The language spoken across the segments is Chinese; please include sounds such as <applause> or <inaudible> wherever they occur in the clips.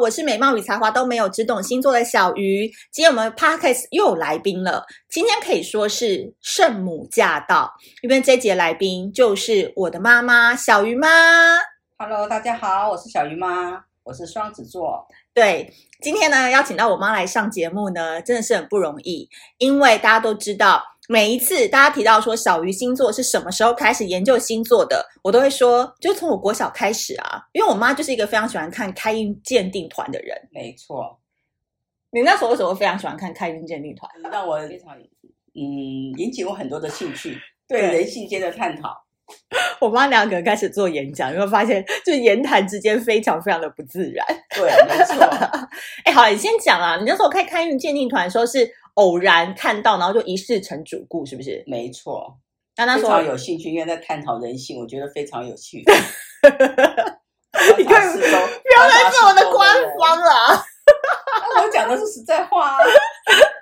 我是美貌与才华都没有，只懂星座的小鱼。今天我们 podcast 又有来宾了，今天可以说是圣母驾到，因为这节来宾就是我的妈妈小鱼妈。 Hello，大家好，我是小鱼妈，我是双子座。对，今天呢邀请到我妈来上节目呢，真的是很不容易，因为大家都知道，每一次大家提到说小鱼星座是什么时候开始研究星座的，我都会说，就从我国小开始啊，因为我妈就是一个非常喜欢看开运鉴定团的人。没错，你那时候为什么会非常喜欢看开运鉴定团？让我非常嗯引起我很多的兴趣，对对人性间的探讨。我妈两个开始做演讲，有没有发现，就言谈之间非常非常的不自然？对，没错， <laughs> 哎，好了，你先讲啊，你那时候看开运鉴定团的时候是偶然看到，然后就一试成主顾，是不是？没错，那那非时候常有兴趣，因为在探讨人性，我觉得非常有趣。 <laughs> 你观察看四周，不要再观察做我四的周官人方了啊。啊我讲的是实在话啊， <laughs>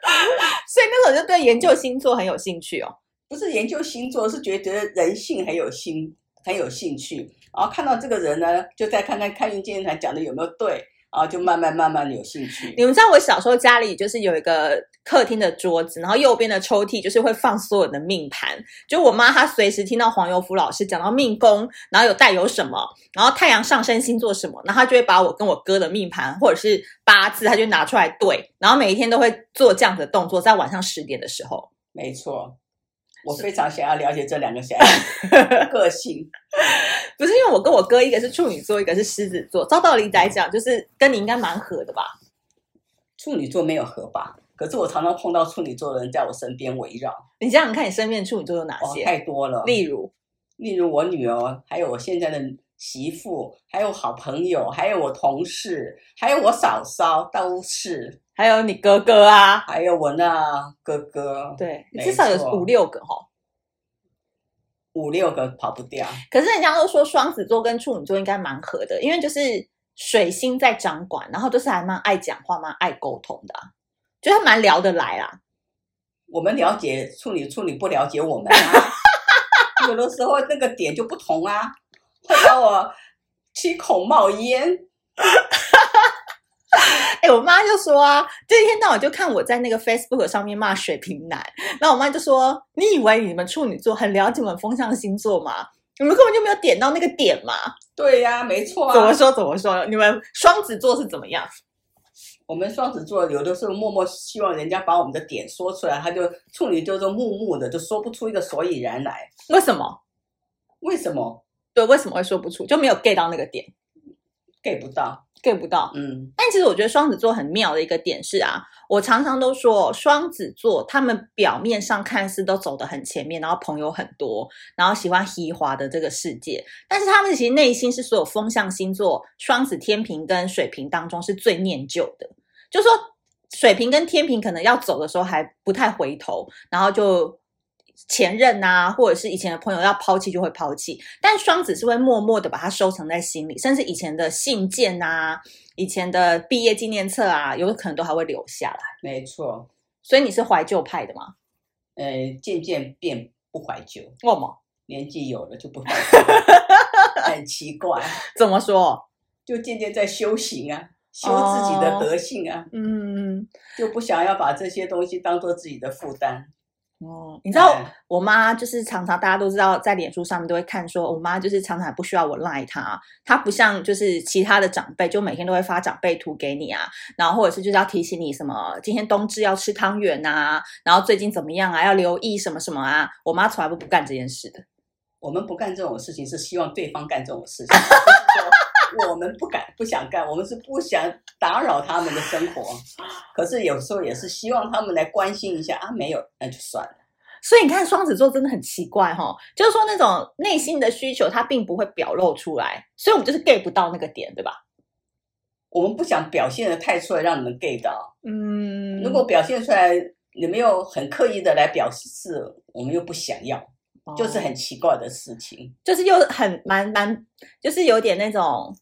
所以那时候就对研究星座很有兴趣哦。不是研究星座，是觉得人性很有兴很有兴趣，然后看到这个人呢，就再看看看运健团讲的有没有对，然后就慢慢慢慢的有兴趣。你们知道我小时候家里就是有一个客厅的桌子，然后右边的抽屉就是会放所有的命盘。就我妈她随时听到黄油福老师讲到命宫，然后有带有什么，然后太阳上升星座什么，然后她就会把我跟我哥的命盘或者是八字，她就拿出来对，然后每一天都会做这样子的动作，在晚上十点的时候。没错，我非常想要了解这两个小孩的个性。不是因为我跟我哥一个是处女座，一个是狮子座，照道理来讲，就是跟你应该蛮合的吧？处女座没有合吧？可是我常常碰到处女座的人在我身边围绕，你想想看，你身边的处女座有哪哦些？，太多了。例如，例如我女儿，还有我现在的媳妇，还有好朋友，还有我同事，还有我嫂嫂，都是，还有你哥哥啊，还有我那哥哥，对，没至少有错五六个哈。五六个跑不掉。可是人家都说双子座跟处女座应该蛮合的，因为就是水星在掌管，然后就是还蛮爱讲话、蛮爱沟通的啊、就是蛮聊得来啦。我们了解处女，处女不了解我 <laughs> 们啊。有的时候那个点就不同啊，会把我七孔冒烟。哎、我妈就说啊，这一天到晚就看我在那个 Facebook 上面骂水瓶男，然后我妈就说：“你以为你们处女座很了解我们风象星座吗？你们根本就没有点到那个点嘛。对呀、没错怎么啊。说怎么说？你们双子座是怎么样？我们双子座有的时候默默希望人家把我们的点说出来，他就处女就是木木的，就说不出一个所以然来。为什么？为什么对，为什么会说不出？就没有 get 到那个点 get 不到？ ，get 不到。嗯，但其实我觉得双子座很妙的一个点是啊，我常常都说双子座他们表面上看似都走得很前面，然后朋友很多，然后喜欢嘻华的这个世界，但是他们其实内心是所有风象星座双子、天平跟水瓶当中是最念旧的，就说水瓶跟天平可能要走的时候还不太回头，然后就。前任啊，或者是以前的朋友要抛弃就会抛弃，但双子是会默默的把它收藏在心里，甚至以前的信件啊，以前的毕业纪念册啊，有可能都还会留下来。没错。所以你是怀旧派的吗？呃，渐渐变不怀旧，为什么？年纪有了就不怀旧， <laughs> 很奇怪，怎么说？就渐渐在修行啊，修自己的德性啊。嗯，就不想要把这些东西当做自己的负担。哦，你知道哎我妈就是常常大家都知道，在脸书上面都会看说，我妈就是常常不需要我赖她，她不像就是其他的长辈，就每天都会发长辈图给你啊，然后或者是就是要提醒你什么，今天冬至要吃汤圆啊，然后最近怎么样啊，要留意什么什么啊，我妈从来不不干这件事的。我们不干这种事情，是希望对方干这种事情。就是说我们不敢、不想干，我们是不想打扰他们的生活。可是有时候也是希望他们来关心一下啊，没有那就算了。所以你看，双子座真的很奇怪哈、就是说那种内心的需求，它并不会表露出来，所以我们就是 get 不到那个点，对吧？我们不想表现的太出来，让你们 get 到。嗯如果表现出来，你们又很刻意的来表示，我们又不想要，就是很奇怪的事情。就是又很蛮蛮，就是有点那种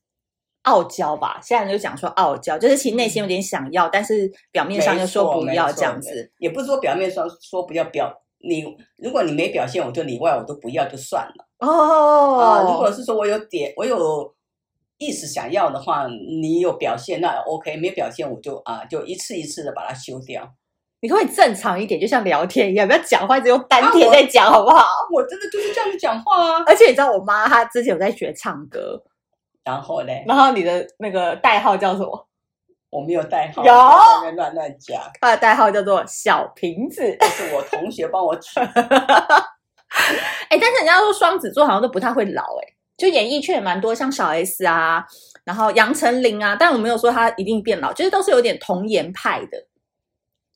傲娇吧。现在人就讲说傲娇，就是其实内心有点想要，但是表面上又说不要这样嗯没错子。也不是说表面上说不要表你，如果你没表现，我就里外我都不要就算了哦啊。如果是说我有点，我有意识想要的话，你有表现那 OK，没表现我就啊就一次一次的把它修掉。啊你可不可以正常一点，就像聊天一样，不要讲话只用啊丹田在讲，好不好？ <laughs> 我真的就是这样子讲话啊。而且你知道，我妈她之前有在学唱歌，然后嘞，然后你的那个代号叫什么？我没有代号，有在那边乱乱讲，她的代号叫做小瓶子。这是我同学帮我取的。 <laughs> 哎、但是人家说双子座好像都不太会老、哎，就演艺圈也蛮多，像小 S 啊，然后杨丞琳啊，但我没有说她一定变老，就是都是有点童颜派的。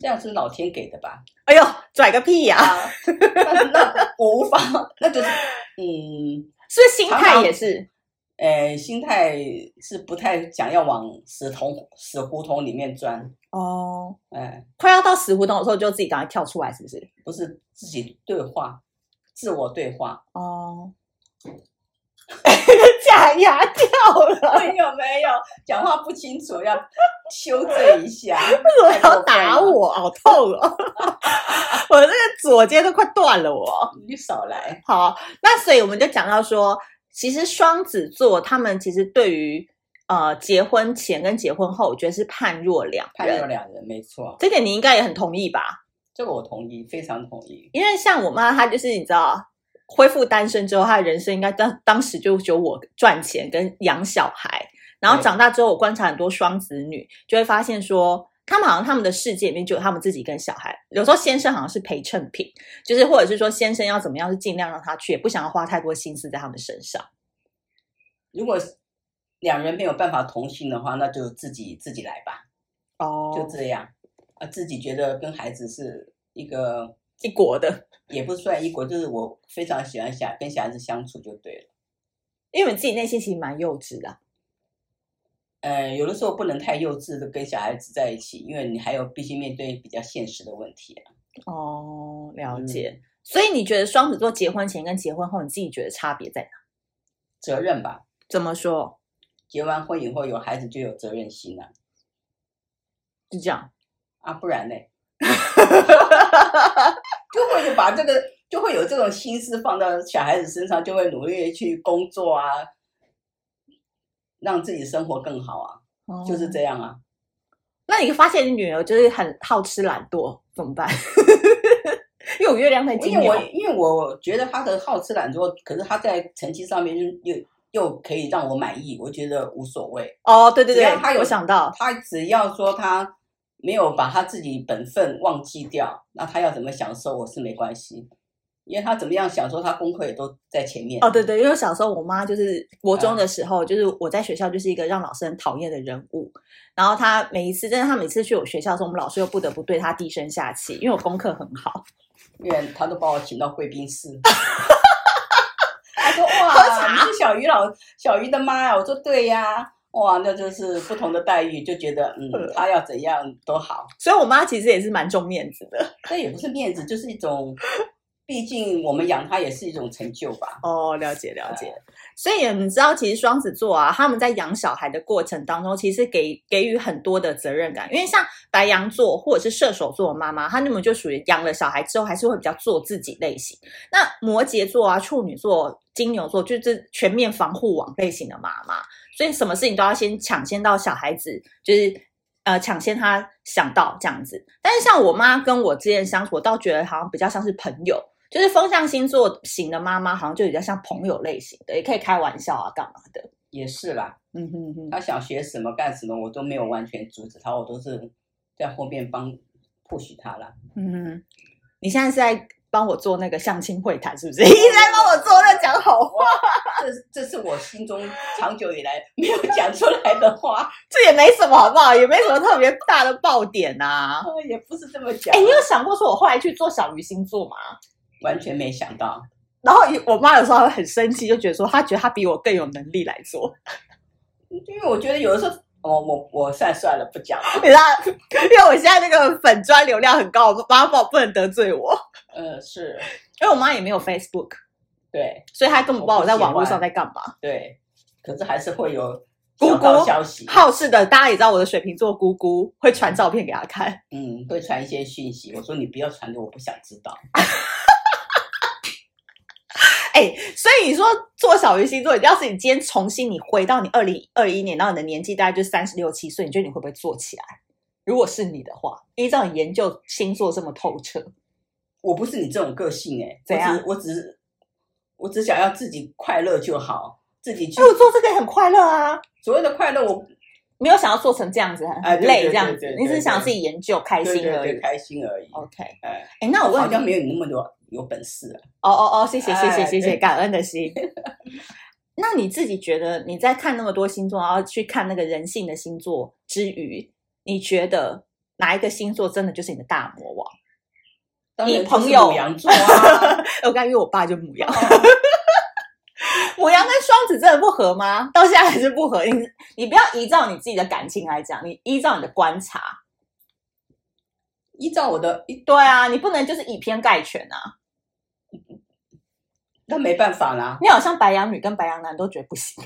这样是老天给的吧？哎呦，拽个屁呀、啊，那那我无法，那就是嗯，是不是心态也是？呃，心态是不太想要往死同死胡同里面钻，哦，哎，快要到死胡同的时候，就自己赶快跳出来，是不是？不是自己对话，自我对话，哦， <laughs> 假牙掉了，没有没有，讲话不清楚，要修正一下。为什么要打哎我？好痛哦！ <laughs> 我这个左肩都快断了我，你少来，好，那所以我们就讲到说，其实双子座他们其实对于呃结婚前跟结婚后，我觉得是判若两判若人，两人，没错，这点你应该也很同意吧？这个我同意，非常同意。因为像我妈，她就是你知道，恢复单身之后，她的人生应该当当时就只有我赚钱跟养小孩。然后对长大之后，我观察很多双子女，就会发现说，他们好像他们的世界里面就有他们自己跟小孩。有时候先生好像是陪衬品，就是或者是说先生要怎么样，是尽量让他去，也不想要花太多心思在他们身上。如果两人没有办法同心的话，那就自己自己来吧，哦就这样啊，自己觉得跟孩子是一个。一国的，也不算异国，就是我非常喜欢小跟小孩子相处就对了。因为你自己内心其实蛮幼稚的啊、呃，有的时候不能太幼稚的跟小孩子在一起，因为你还有必须面对比较现实的问题啊。哦，了解。所以你觉得双子座结婚前跟结婚后，你自己觉得差别在哪？责任吧，怎么说？结完婚以后有孩子就有责任心了就这样。啊，不然呢， <laughs> 就会把这个就会有这种心思放到小孩子身上，就会努力地去工作啊，让自己生活更好啊，哦就是这样啊。那你发现你女儿就是很好吃懒惰，怎么办？ <laughs> 因为我月亮在因金为牛我，因为我觉得他的好吃懒做，可是他在成绩上面又又又可以让我满意，我觉得无所谓。哦，对对对只要，她有我想到他只要说他没有把他自己本分忘记掉，那他要怎么享受我是没关系，因为他怎么样享受，他功课也都在前面。哦，对对，因为我小时候我妈就是国中的时候，就是我在学校就是一个让老师很讨厌的人物。然后她每一次，但是她每次去我学校的时候，我们老师又不得不对她低声下气，因为我功课很好。因为他都把我请到贵宾 <laughs> 室。他说：“哇，喝你茶是小鱼老小鱼的妈呀！”我说：“对呀。”哇，那就是不同的待遇，就觉得嗯，他要怎样都好。所以我妈其实也是蛮重面子的。这也不是面子，就是一种，毕竟我们养它也是一种成就吧。哦，了解了解。所以你知道，其实双子座啊，他们在养小孩的过程当中，其实给给予很多的责任感。因为像白羊座或者是射手座的妈妈，她那么就属于养了小孩之后，还是会比较做自己类型。那摩羯座啊、处女座、金牛座，就是全面防护网类型的妈妈，所以什么事情都要先抢先到小孩子，就是。呃，抢先他想到这样子，但是像我妈跟我之间相处，我倒觉得好像比较像是朋友，就是风象星座型的妈妈，好像就比较像朋友类型的，也可以开玩笑啊，干嘛的。也是啦，嗯哼哼，他想学什么干什么，我都没有完全阻止他，我都是在后面帮 push 他啦。嗯哼，你现在是在帮我做那个相亲会谈，是不是？ <laughs> 一直在帮我做在讲好话，这这是我心中长久以来没有讲出来的话，这也没什么好不好？也没什么特别大的爆点呐、啊。呃也不是这么讲哎、，你有想过说我后来去做小鱼星座吗？完全没想到。然后我妈有时候还会很生气，就觉得说她觉得她比我更有能力来做， <laughs> 因为我觉得有的时候，哦，我我算算了，不讲了。你知道？因为我现在那个粉砖流量很高，我妈不不能得罪我，呃，是因为我妈也没有 Facebook，对所以她根本不知道我在网络上在干嘛。对，可是还是会有姑姑小道消息，好事的，大家也知道我的水瓶座姑姑会传照片给他看。 <laughs> 嗯，会传一些讯息。我说你不要传给我，不想知道。哎、哎、所以你说做小鱼星座，要是你今天重新你回到你二零二一年，然后你的年纪大概就三十六七岁，你觉得你会不会做起来？如果是你的话，依照你研究星座这么透彻，嗯我不是你这种个性哎、怎样我只是我只是我只想要自己快乐就好，自己去哎、我做这个也很快乐啊，所谓的快乐，我没有想要做成这样子很哎很对累对这样对子对，你只是对想对自己研究开对心对而对已。开心而已。 OK，哎，哎、那我好问像你，没有你那么多有本事啊。哦哦哦，谢谢谢谢哎谢谢，对感恩的心。 <laughs> 那你自己觉得你在看那么多星座，然后去看那个人性的星座之余，你觉得哪一个星座真的就是你的大魔王？ <laughs> 当然你就是朋友母羊 <laughs> 座啊，我刚才因为我爸就母羊， <laughs> 母羊跟双子真的不合吗？到现在还是不合。你你不要依照你自己的感情来讲，你依照你的观察。依照我的，依对啊，你不能就是以偏概全啊！那没办法啦。你好像白羊女跟白羊男都觉得不行。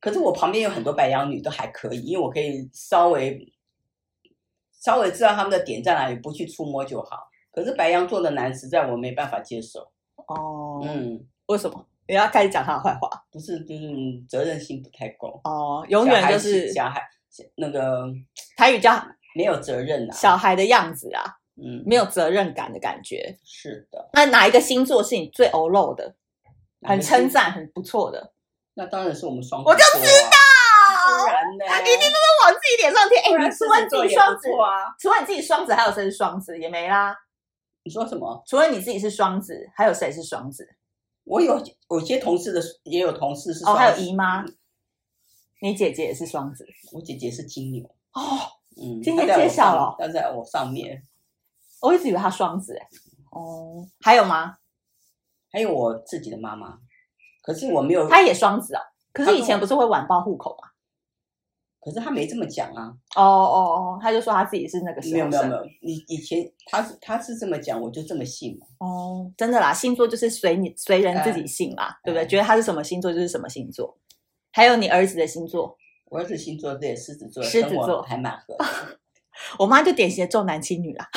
可是我旁边有很多白羊女都还可以，因为我可以稍微稍微知道他们的点在哪里，不去触摸就好。可是白羊座的男，实在我没办法接受。哦，嗯，为什么？你要开始讲他的坏话不是，就是嗯责任心不太够，哦，永远就是小孩小孩那个台语叫没有责任啊。小孩的样子啊，嗯，没有责任感的感觉。是的，那哪一个星座是你最欧露的，很称赞，很不错的？那当然是我们双子、我就知道，不啊，然 <laughs> 呢？一定都是往自己脸上贴。哎、不然你除狮了子你自啊座己也双不子，错啊。除了你自己双子，还有谁是双子也没啦。你说什么？除了你自己是双子，还有谁是双子？我有有些同事的也有同事是哦，双还有子姨妈，你姐姐也是双子我姐姐是金牛，哦。嗯，今她天在我揭晓上了她在我上面。我一直以为她双子、哎哦，还有吗？还有我自己的妈妈，可是我没有，她也双子哦。可她是跟以前不是会晚报户口吗？可是她没这么讲啊，哦哦哦，她就说她自己是那个时没有候没有生没有，你以前她是她是这么讲，我就这么信嘛，哦，真的啦，星座就是随你随人自己信啦，对不对？嗯觉得他是什么星座就是什么星座。还有你儿子的星座，我儿子星座对狮子座，狮子跟我座还蛮合的，我妈就典型的重男轻女啦， <laughs>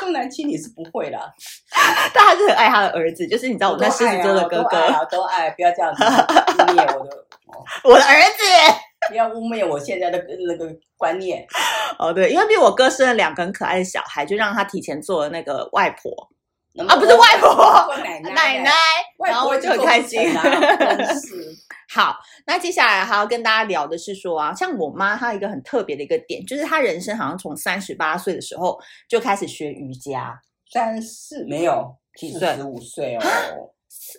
重男轻女是不会啦，但她是很爱她的儿子，就是你知道我那狮子座的哥都哥，爱啊，都爱啊，不要这样子污蔑我的，哦我的儿子。不要污蔑我现在的那个观念，哦，对，因为比我哥生了两个很可爱的小孩，就让他提前做了那个外婆那么啊，不是我外婆，我奶奶奶奶，，外然后婆我就很开心。做不成 <laughs> 啊真是，好，那接下来还要跟大家聊的是说啊，像我妈她有一个很特别的一个点，就是她人生好像从三十八岁的时候就开始学瑜伽，但是没有几四岁十五岁哦。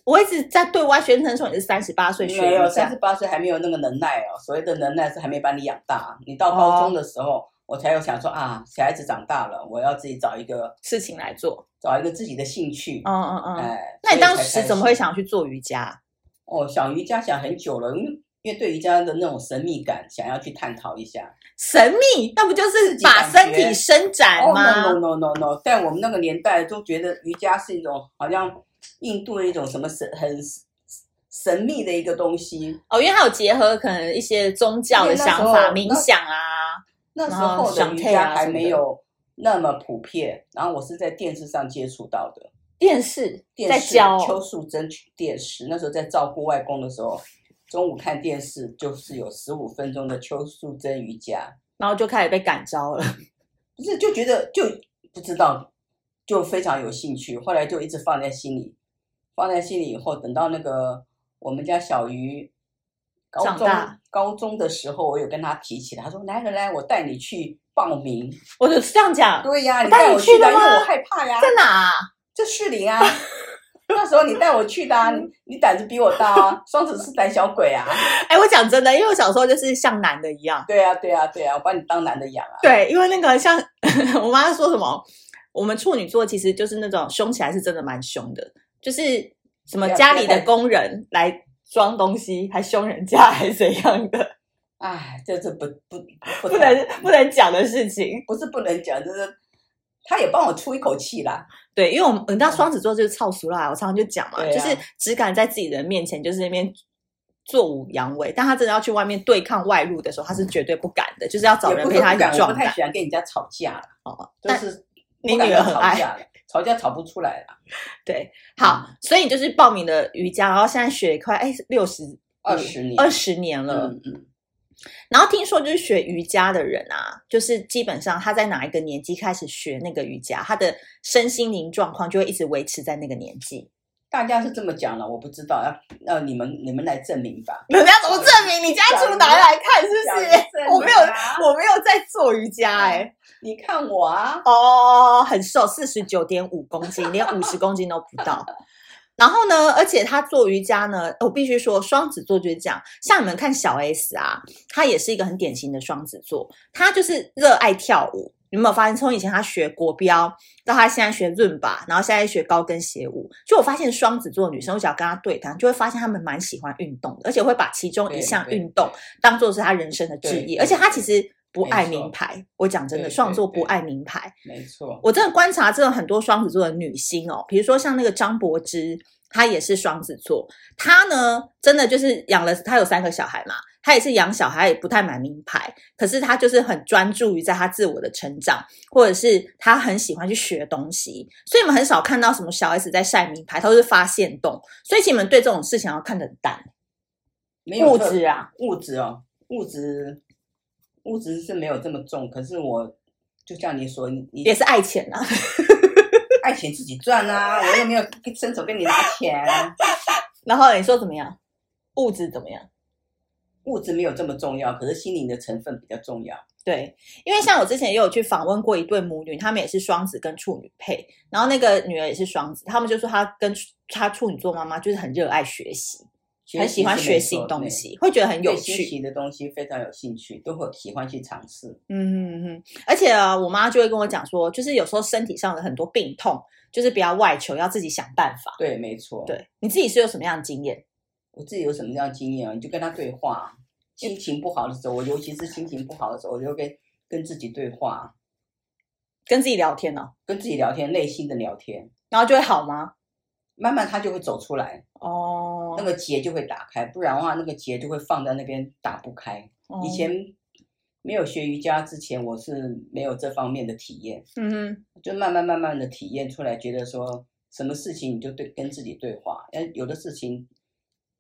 我一直在对外宣称说你是三十八岁学没有瑜三伽十八岁还没有那个能耐哦。所谓的能耐是还没把你养大，你哦到高中的时候，我才有想说啊，小孩子长大了，我要自己找一个事情来做，找一个自己的兴趣。嗯嗯嗯。哎，那你所以当才开时始怎么会？想去做瑜伽？哦，想瑜伽想很久了，因为因为对瑜伽的那种神秘感，想要去探讨一下。神秘，那不就是己把感身觉体伸展哦吗？ no no no no no，在我们那个年代都觉得瑜伽是一种好像印度的一种什么神很神秘的一个东西。哦，因为它有结合可能一些宗教的想因为那时法、候冥想啊。那时然后候的想瑜退啊伽什还么没的有那么普遍，然后我是在电视上接触到的，电视电在视教邱哦，淑贞电视，那时候在照顾外公的时候，中午看电视就是有十五分钟的邱淑贞瑜伽，然后就开始被感召了。 <laughs> 不是就觉得就不知道，就非常有兴趣，后来就一直放在心里，放在心里以后，等到那个我们家小鱼。高长中大高中的时候，我有跟他提起来，他说：“来来来，我带你去报名。”我就是这样讲，对呀、啊我你带带你我去去的的，因为吗我害怕呀。在哪啊？这士林啊， <laughs> 那时候你带我去的、啊，嗯你你胆子比我大啊，双子是胆小鬼啊。 <laughs> 哎，我讲真的，因为我小时候就是像男的一样，对呀、啊，对呀、啊，对呀、啊，我把你当男的养啊。对，因为那个像 <laughs> 我妈说什么，我们处女座其实就是那种凶起来是真的蛮凶的，就是什么不要家不要里的太工人来装东西还凶人家还是怎样的，哎，这是不不不不能不能讲的事情。不是不能讲，就是他也帮我出一口气啦。对，因为我们你知道双子座就是超俗啦，我常常就讲嘛，对啊就是只敢在自己人面前就是那边。坐舞扬威，但他真的要去外面对抗外路的时候，他是绝嗯对不敢的，就是要找也人不陪是他不一起敢，我撞不太胆。喜欢跟人家吵架啦，哦，就但是你不敢女儿跟很吵爱架了。吵架吵不出来了，对，好，嗯所以你就是报名了瑜伽，然后现在学快哎六十二十年，二十年了。嗯嗯，然后听说就是学瑜伽的人啊，就是基本上他在哪一个年纪开始学那个瑜伽，他的身心灵状况就会一直维持在那个年 <laughs> 纪。大家是这么讲了，我不知道，要要你们你们来证明吧。人家怎么证明？你家出拿来看是不讲嗯是？证我没有明啊我没有在做瑜伽哎、你看我啊，哦，很瘦，四十九点五公斤， <laughs> 连五十公斤都不到。然后呢，而且他做瑜伽呢，我必须说，双子座就是这样。像你们看小 S 啊，她也是一个很典型的双子座，她就是热爱跳舞。你有没有发现，从以前她学国标，到她现在学润吧，然后现在学高跟鞋舞，就我发现双子座的女生，我只要跟她对谈，就会发现她们蛮喜欢运动的，而且会把其中一对项对运动当做是她人生的置对业。对而且她其实不没爱错名牌，我讲真的，对双子对座不对爱名牌。没错，我真的观察，真的很多双子座的女星哦，比如说像那个张柏芝，她也是双子座，她呢真的就是养了，她有三个小孩嘛，她也是养小孩，也不太买名牌，可是她就是很专注于在她自我的成长，或者是她很喜欢去学东西，所以你们很少看到什么小 S 在晒名牌，她都是发现动，所以其实你们对这种事情要看得很淡，没有物特质啊，物质哦，物质物质是没有这么重，可是我就像你说，你你也是爱钱啊， <laughs> 爱钱自己赚啊，我又没有伸手跟你拿钱，啊然后你说怎么样？物质怎么样？物质没有这么重要，可是心灵的成分比较重要。对，因为像我之前也有去访问过一对母女，她们也是双子跟处女配，然后那个女儿也是双子，她们就说她跟处她处女座妈妈就是很热爱学习，很喜欢是学没新错东对西，会觉得很有对新趣。奇的东西非常有兴趣，都会喜欢去尝试。嗯嗯嗯，而且啊，我妈就会跟我讲说，就是有时候身体上的很多病痛，就是不要外求，要自己想办法。对，没错。，对，你自己是有什么样的经验？我自己有什么样的经验啊？你就跟他对话。心情不好的时候，我尤其是心情不好的时候，我就跟跟自己对话，跟自己聊天呢、哦跟自己聊天，内心的聊天，然后就会好吗？慢慢他就会走出来，哦那，个结就会打开，不然的话，那个结就会放在那边打不开。哦以前没有学瑜伽之前，我是没有这方面的体验，嗯哼就慢慢慢慢的体验出来，觉得说什么事情你就对跟自己对话，呃，有的事情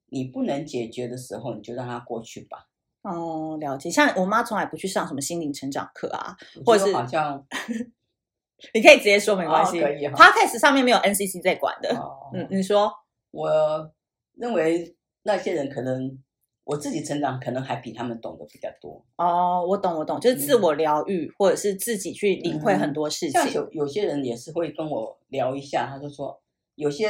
你不能解决的时候，你就让它过去吧。哦，了解。像我妈从来不去上什么心灵成长课啊，我或者觉得是好像你可以直接说，没关系。哦可以哈 Podcast 上面没有 NCC 在管的。哦 <laughs> 嗯，你说我认为那些人可能我自己成长，可能还比他们懂得比较多。哦，我懂，我懂，就是自我疗愈，或者是自己去领会很多事情。嗯像有有些人也是会跟我聊一下，他就说有些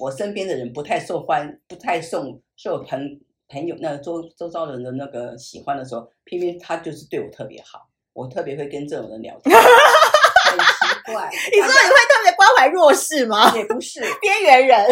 我身边的人不太受欢，不太受受朋朋友那周周遭人的那个喜欢的时候，偏偏他就是对我特别好，我特别会跟这种人聊 <laughs> 天，很奇怪。你说你会特别关怀弱势吗？ <laughs> 也不是，边缘人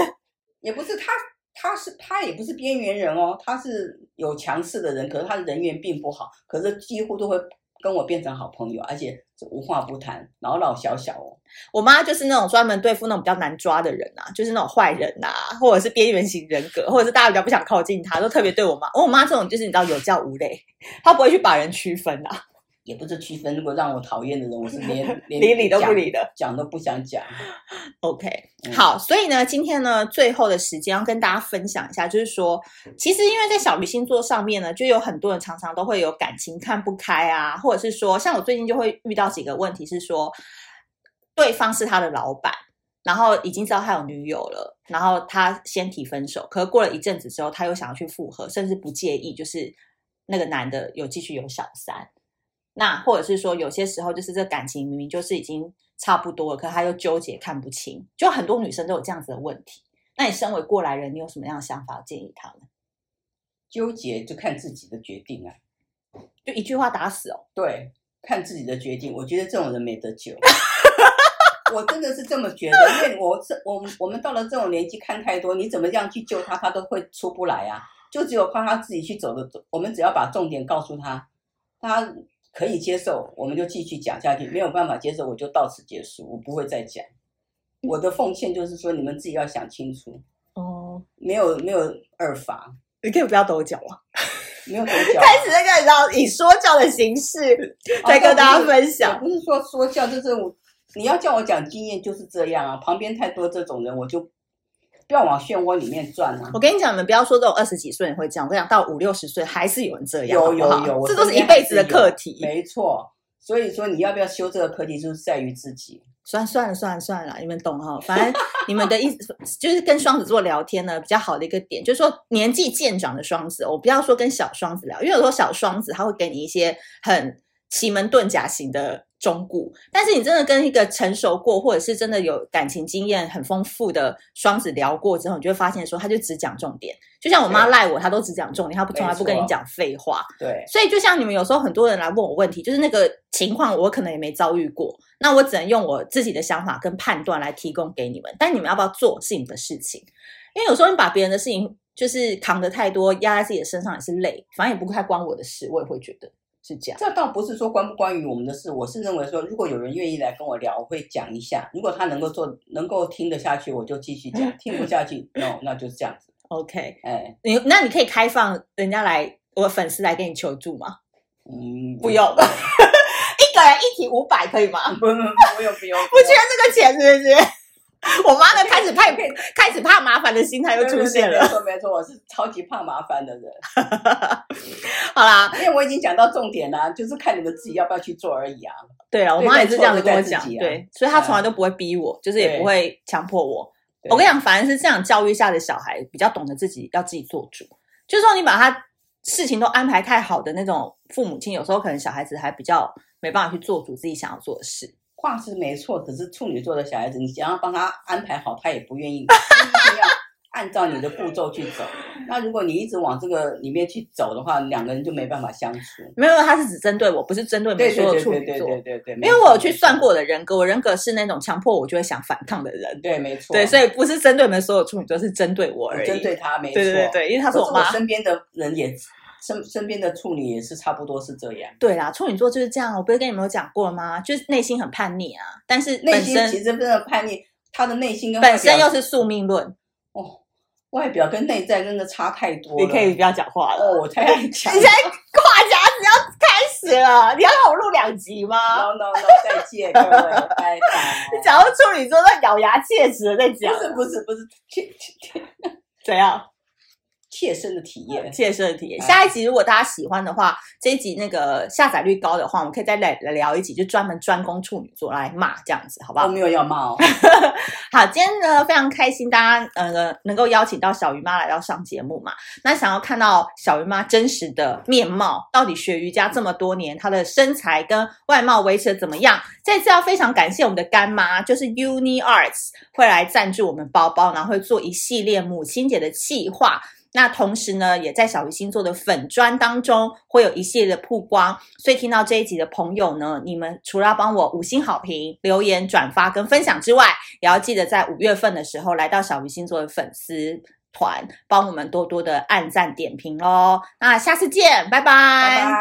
也不是他，他是他也不是边缘人哦，他是有强势的人，可是他的人缘并不好，可是几乎都会跟我变成好朋友，而且是无话不谈，老老小小哦。我妈就是那种专门对付那种比较难抓的人啊，就是那种坏人呐、啊，或者是边缘型人格，或者是大家比较不想靠近她，都特别对我妈。我妈这种就是你知道有教无类，她不会去把人区分啊，也不是区分，如果让我讨厌的人，我是连 <laughs> 连理理都不理讲，的。讲都不想讲。 OK，嗯好，所以呢，今天呢，最后的时间要跟大家分享一下，就是说，其实因为在小鱼星座上面呢，就有很多人常常都会有感情看不开啊，或者是说，像我最近就会遇到几个问题是说，对方是他的老板，然后已经知道他有女友了，然后他先提分手，可是过了一阵子之后，他又想要去复合，甚至不介意，就是那个男的有继续有小三。那或者是说，有些时候就是这感情明明就是已经差不多了，可他又纠结看不清，就很多女生都有这样子的问题。那你身为过来人，你有什么样的想法建议他们？纠结就看自己的决定啊，就一句话打死哦。对，看自己的决定。我觉得这种人没得救。 <laughs> 我真的是这么觉得，因为我这我我们到了这种年纪看太多，你怎么样去救他，他都会出不来啊。就只有靠他自己去走的，我们只要把重点告诉他，他可以接受，我们就继续讲下去；没有办法接受，我就到此结束，我不会再讲。我的奉劝就是说，你们自己要想清楚，哦，没有没有二法，你可以不要抖脚啊，没有多久开始哎那个你知道以说教的形式哦在跟那大家不是分享也不是说说教，就是我你要叫我讲经验就是这样啊，旁边太多这种人，我就不要往漩涡里面转啊。我跟你讲，你们不要说这种二十几岁人会这样，我跟你讲，到五六十岁还是有人这样，有有好不好有我这都身是一边辈还子是的课有题。没错，所以说你要不要修这个课题，就是在于自己。算算了算了算了，你们懂哈。反正你们的意思 <laughs> 就是跟双子座聊天呢，比较好的一个点，就是说年纪渐长的双子，我不要说跟小双子聊，因为有时候小双子他会给你一些很奇门遁甲型的忠告，但是你真的跟一个成熟过或者是真的有感情经验很丰富的双子聊过之后，你就会发现说他就只讲重点，就像我妈对赖我，她都只讲重点，她不从来不跟你没错讲废话。对，所以就像你们有时候很多人来问我问题，就是那个情况我可能也没遭遇过，那我只能用我自己的想法跟判断来提供给你们。但你们要不要做是你们的事情，因为有时候你把别人的事情就是扛得太多，压在自己的身上也是累，反正也不太关我的事，我也会觉得是这样。这倒不是说关不关于我们的事，我是认为说，如果有人愿意来跟我聊，我会讲一下。如果他能够做，能够听得下去，我就继续讲；听不下去，no，那就这样子。 OK，哎，你那你可以开放人家来，我粉丝来跟你求助吗？嗯，不用， <laughs> 一个人一题五百可以吗？ <laughs> 不不不不用不用，不缺这个钱是不是？ <laughs> 我妈呢开始怕可以开始怕麻烦的心 <laughs> 态又出现了没。错没错，我是超级怕麻烦的人，好啦，因为我已经讲到重点了，就是看你们自己要不要去做而已啊。对了，我对妈也但是错这样就子跟在我自讲，己啊对，所以她对从来都不会逼我，就是也不对会强迫我。对我跟你讲，反而是这样教育下的小孩比较懂得自己要自己做主，就是说你把他事情都安排太好的那种父母亲，有时候可能小孩子还比较没办法去做主自己想要做的事。话是没错，可是处女座的小孩子，你想要帮他安排好，他也不愿意，他一定要按照你的步骤去走。那如果你一直往这个里面去走的话，两个人就没办法相处。没有，他是只针对我，不是针对你们对所对有对处对女对座。对对对，因因为我有去算，过我的人格，我人格是那种强迫我就会想反抗的人。对，没错，对，所以不是针对你们所有处女座，是针对我我而已。针对他没错，对对对对，因为她可是是我妈我。身边的人也，身身边的处女也是差不多是这样。对啦，处女座就是这样，我不是跟你们有讲过吗？就是内心很叛逆啊，但是内本心其身实真的叛逆，他的内心跟本身外表又是宿命论，哦，外表跟内在真的差太多了。你可以不要讲话了。哦，我太爱讲 <laughs> 你。现在挂夹子要开始了，你要让我录两集吗？ no no no，再见各位，拜 <laughs> 拜。你讲到处女座在咬牙切齿的在讲 <laughs> 不，是不是不是切切怎样切身的体验，切身体验？哎下一集如果大家喜欢的话，这一集那个下载率高的话，我们可以再来来聊一集，就专门专攻处女座来骂这样子，好不我好？没有 <laughs> 要骂哦。好，今天呢非常开心，大家呃能够邀请到小鱼妈来到上节目嘛。那想要看到小鱼妈真实的面貌，到底学瑜伽这么多年，她的身材跟外貌维持的怎么样？这次要非常感谢我们的干妈，就是 Uni Arts 会来赞助我们包包，然后会做一系列母亲节的企划。那同时呢，也在小鱼星座的粉砖当中会有一系列的曝光，所以听到这一集的朋友呢，你们除了要帮我五星好评、留言、转发跟分享之外，也要记得在五月份的时候来到小鱼星座的粉丝团，帮我们多多的按赞点评喽。那下次见，拜拜拜拜。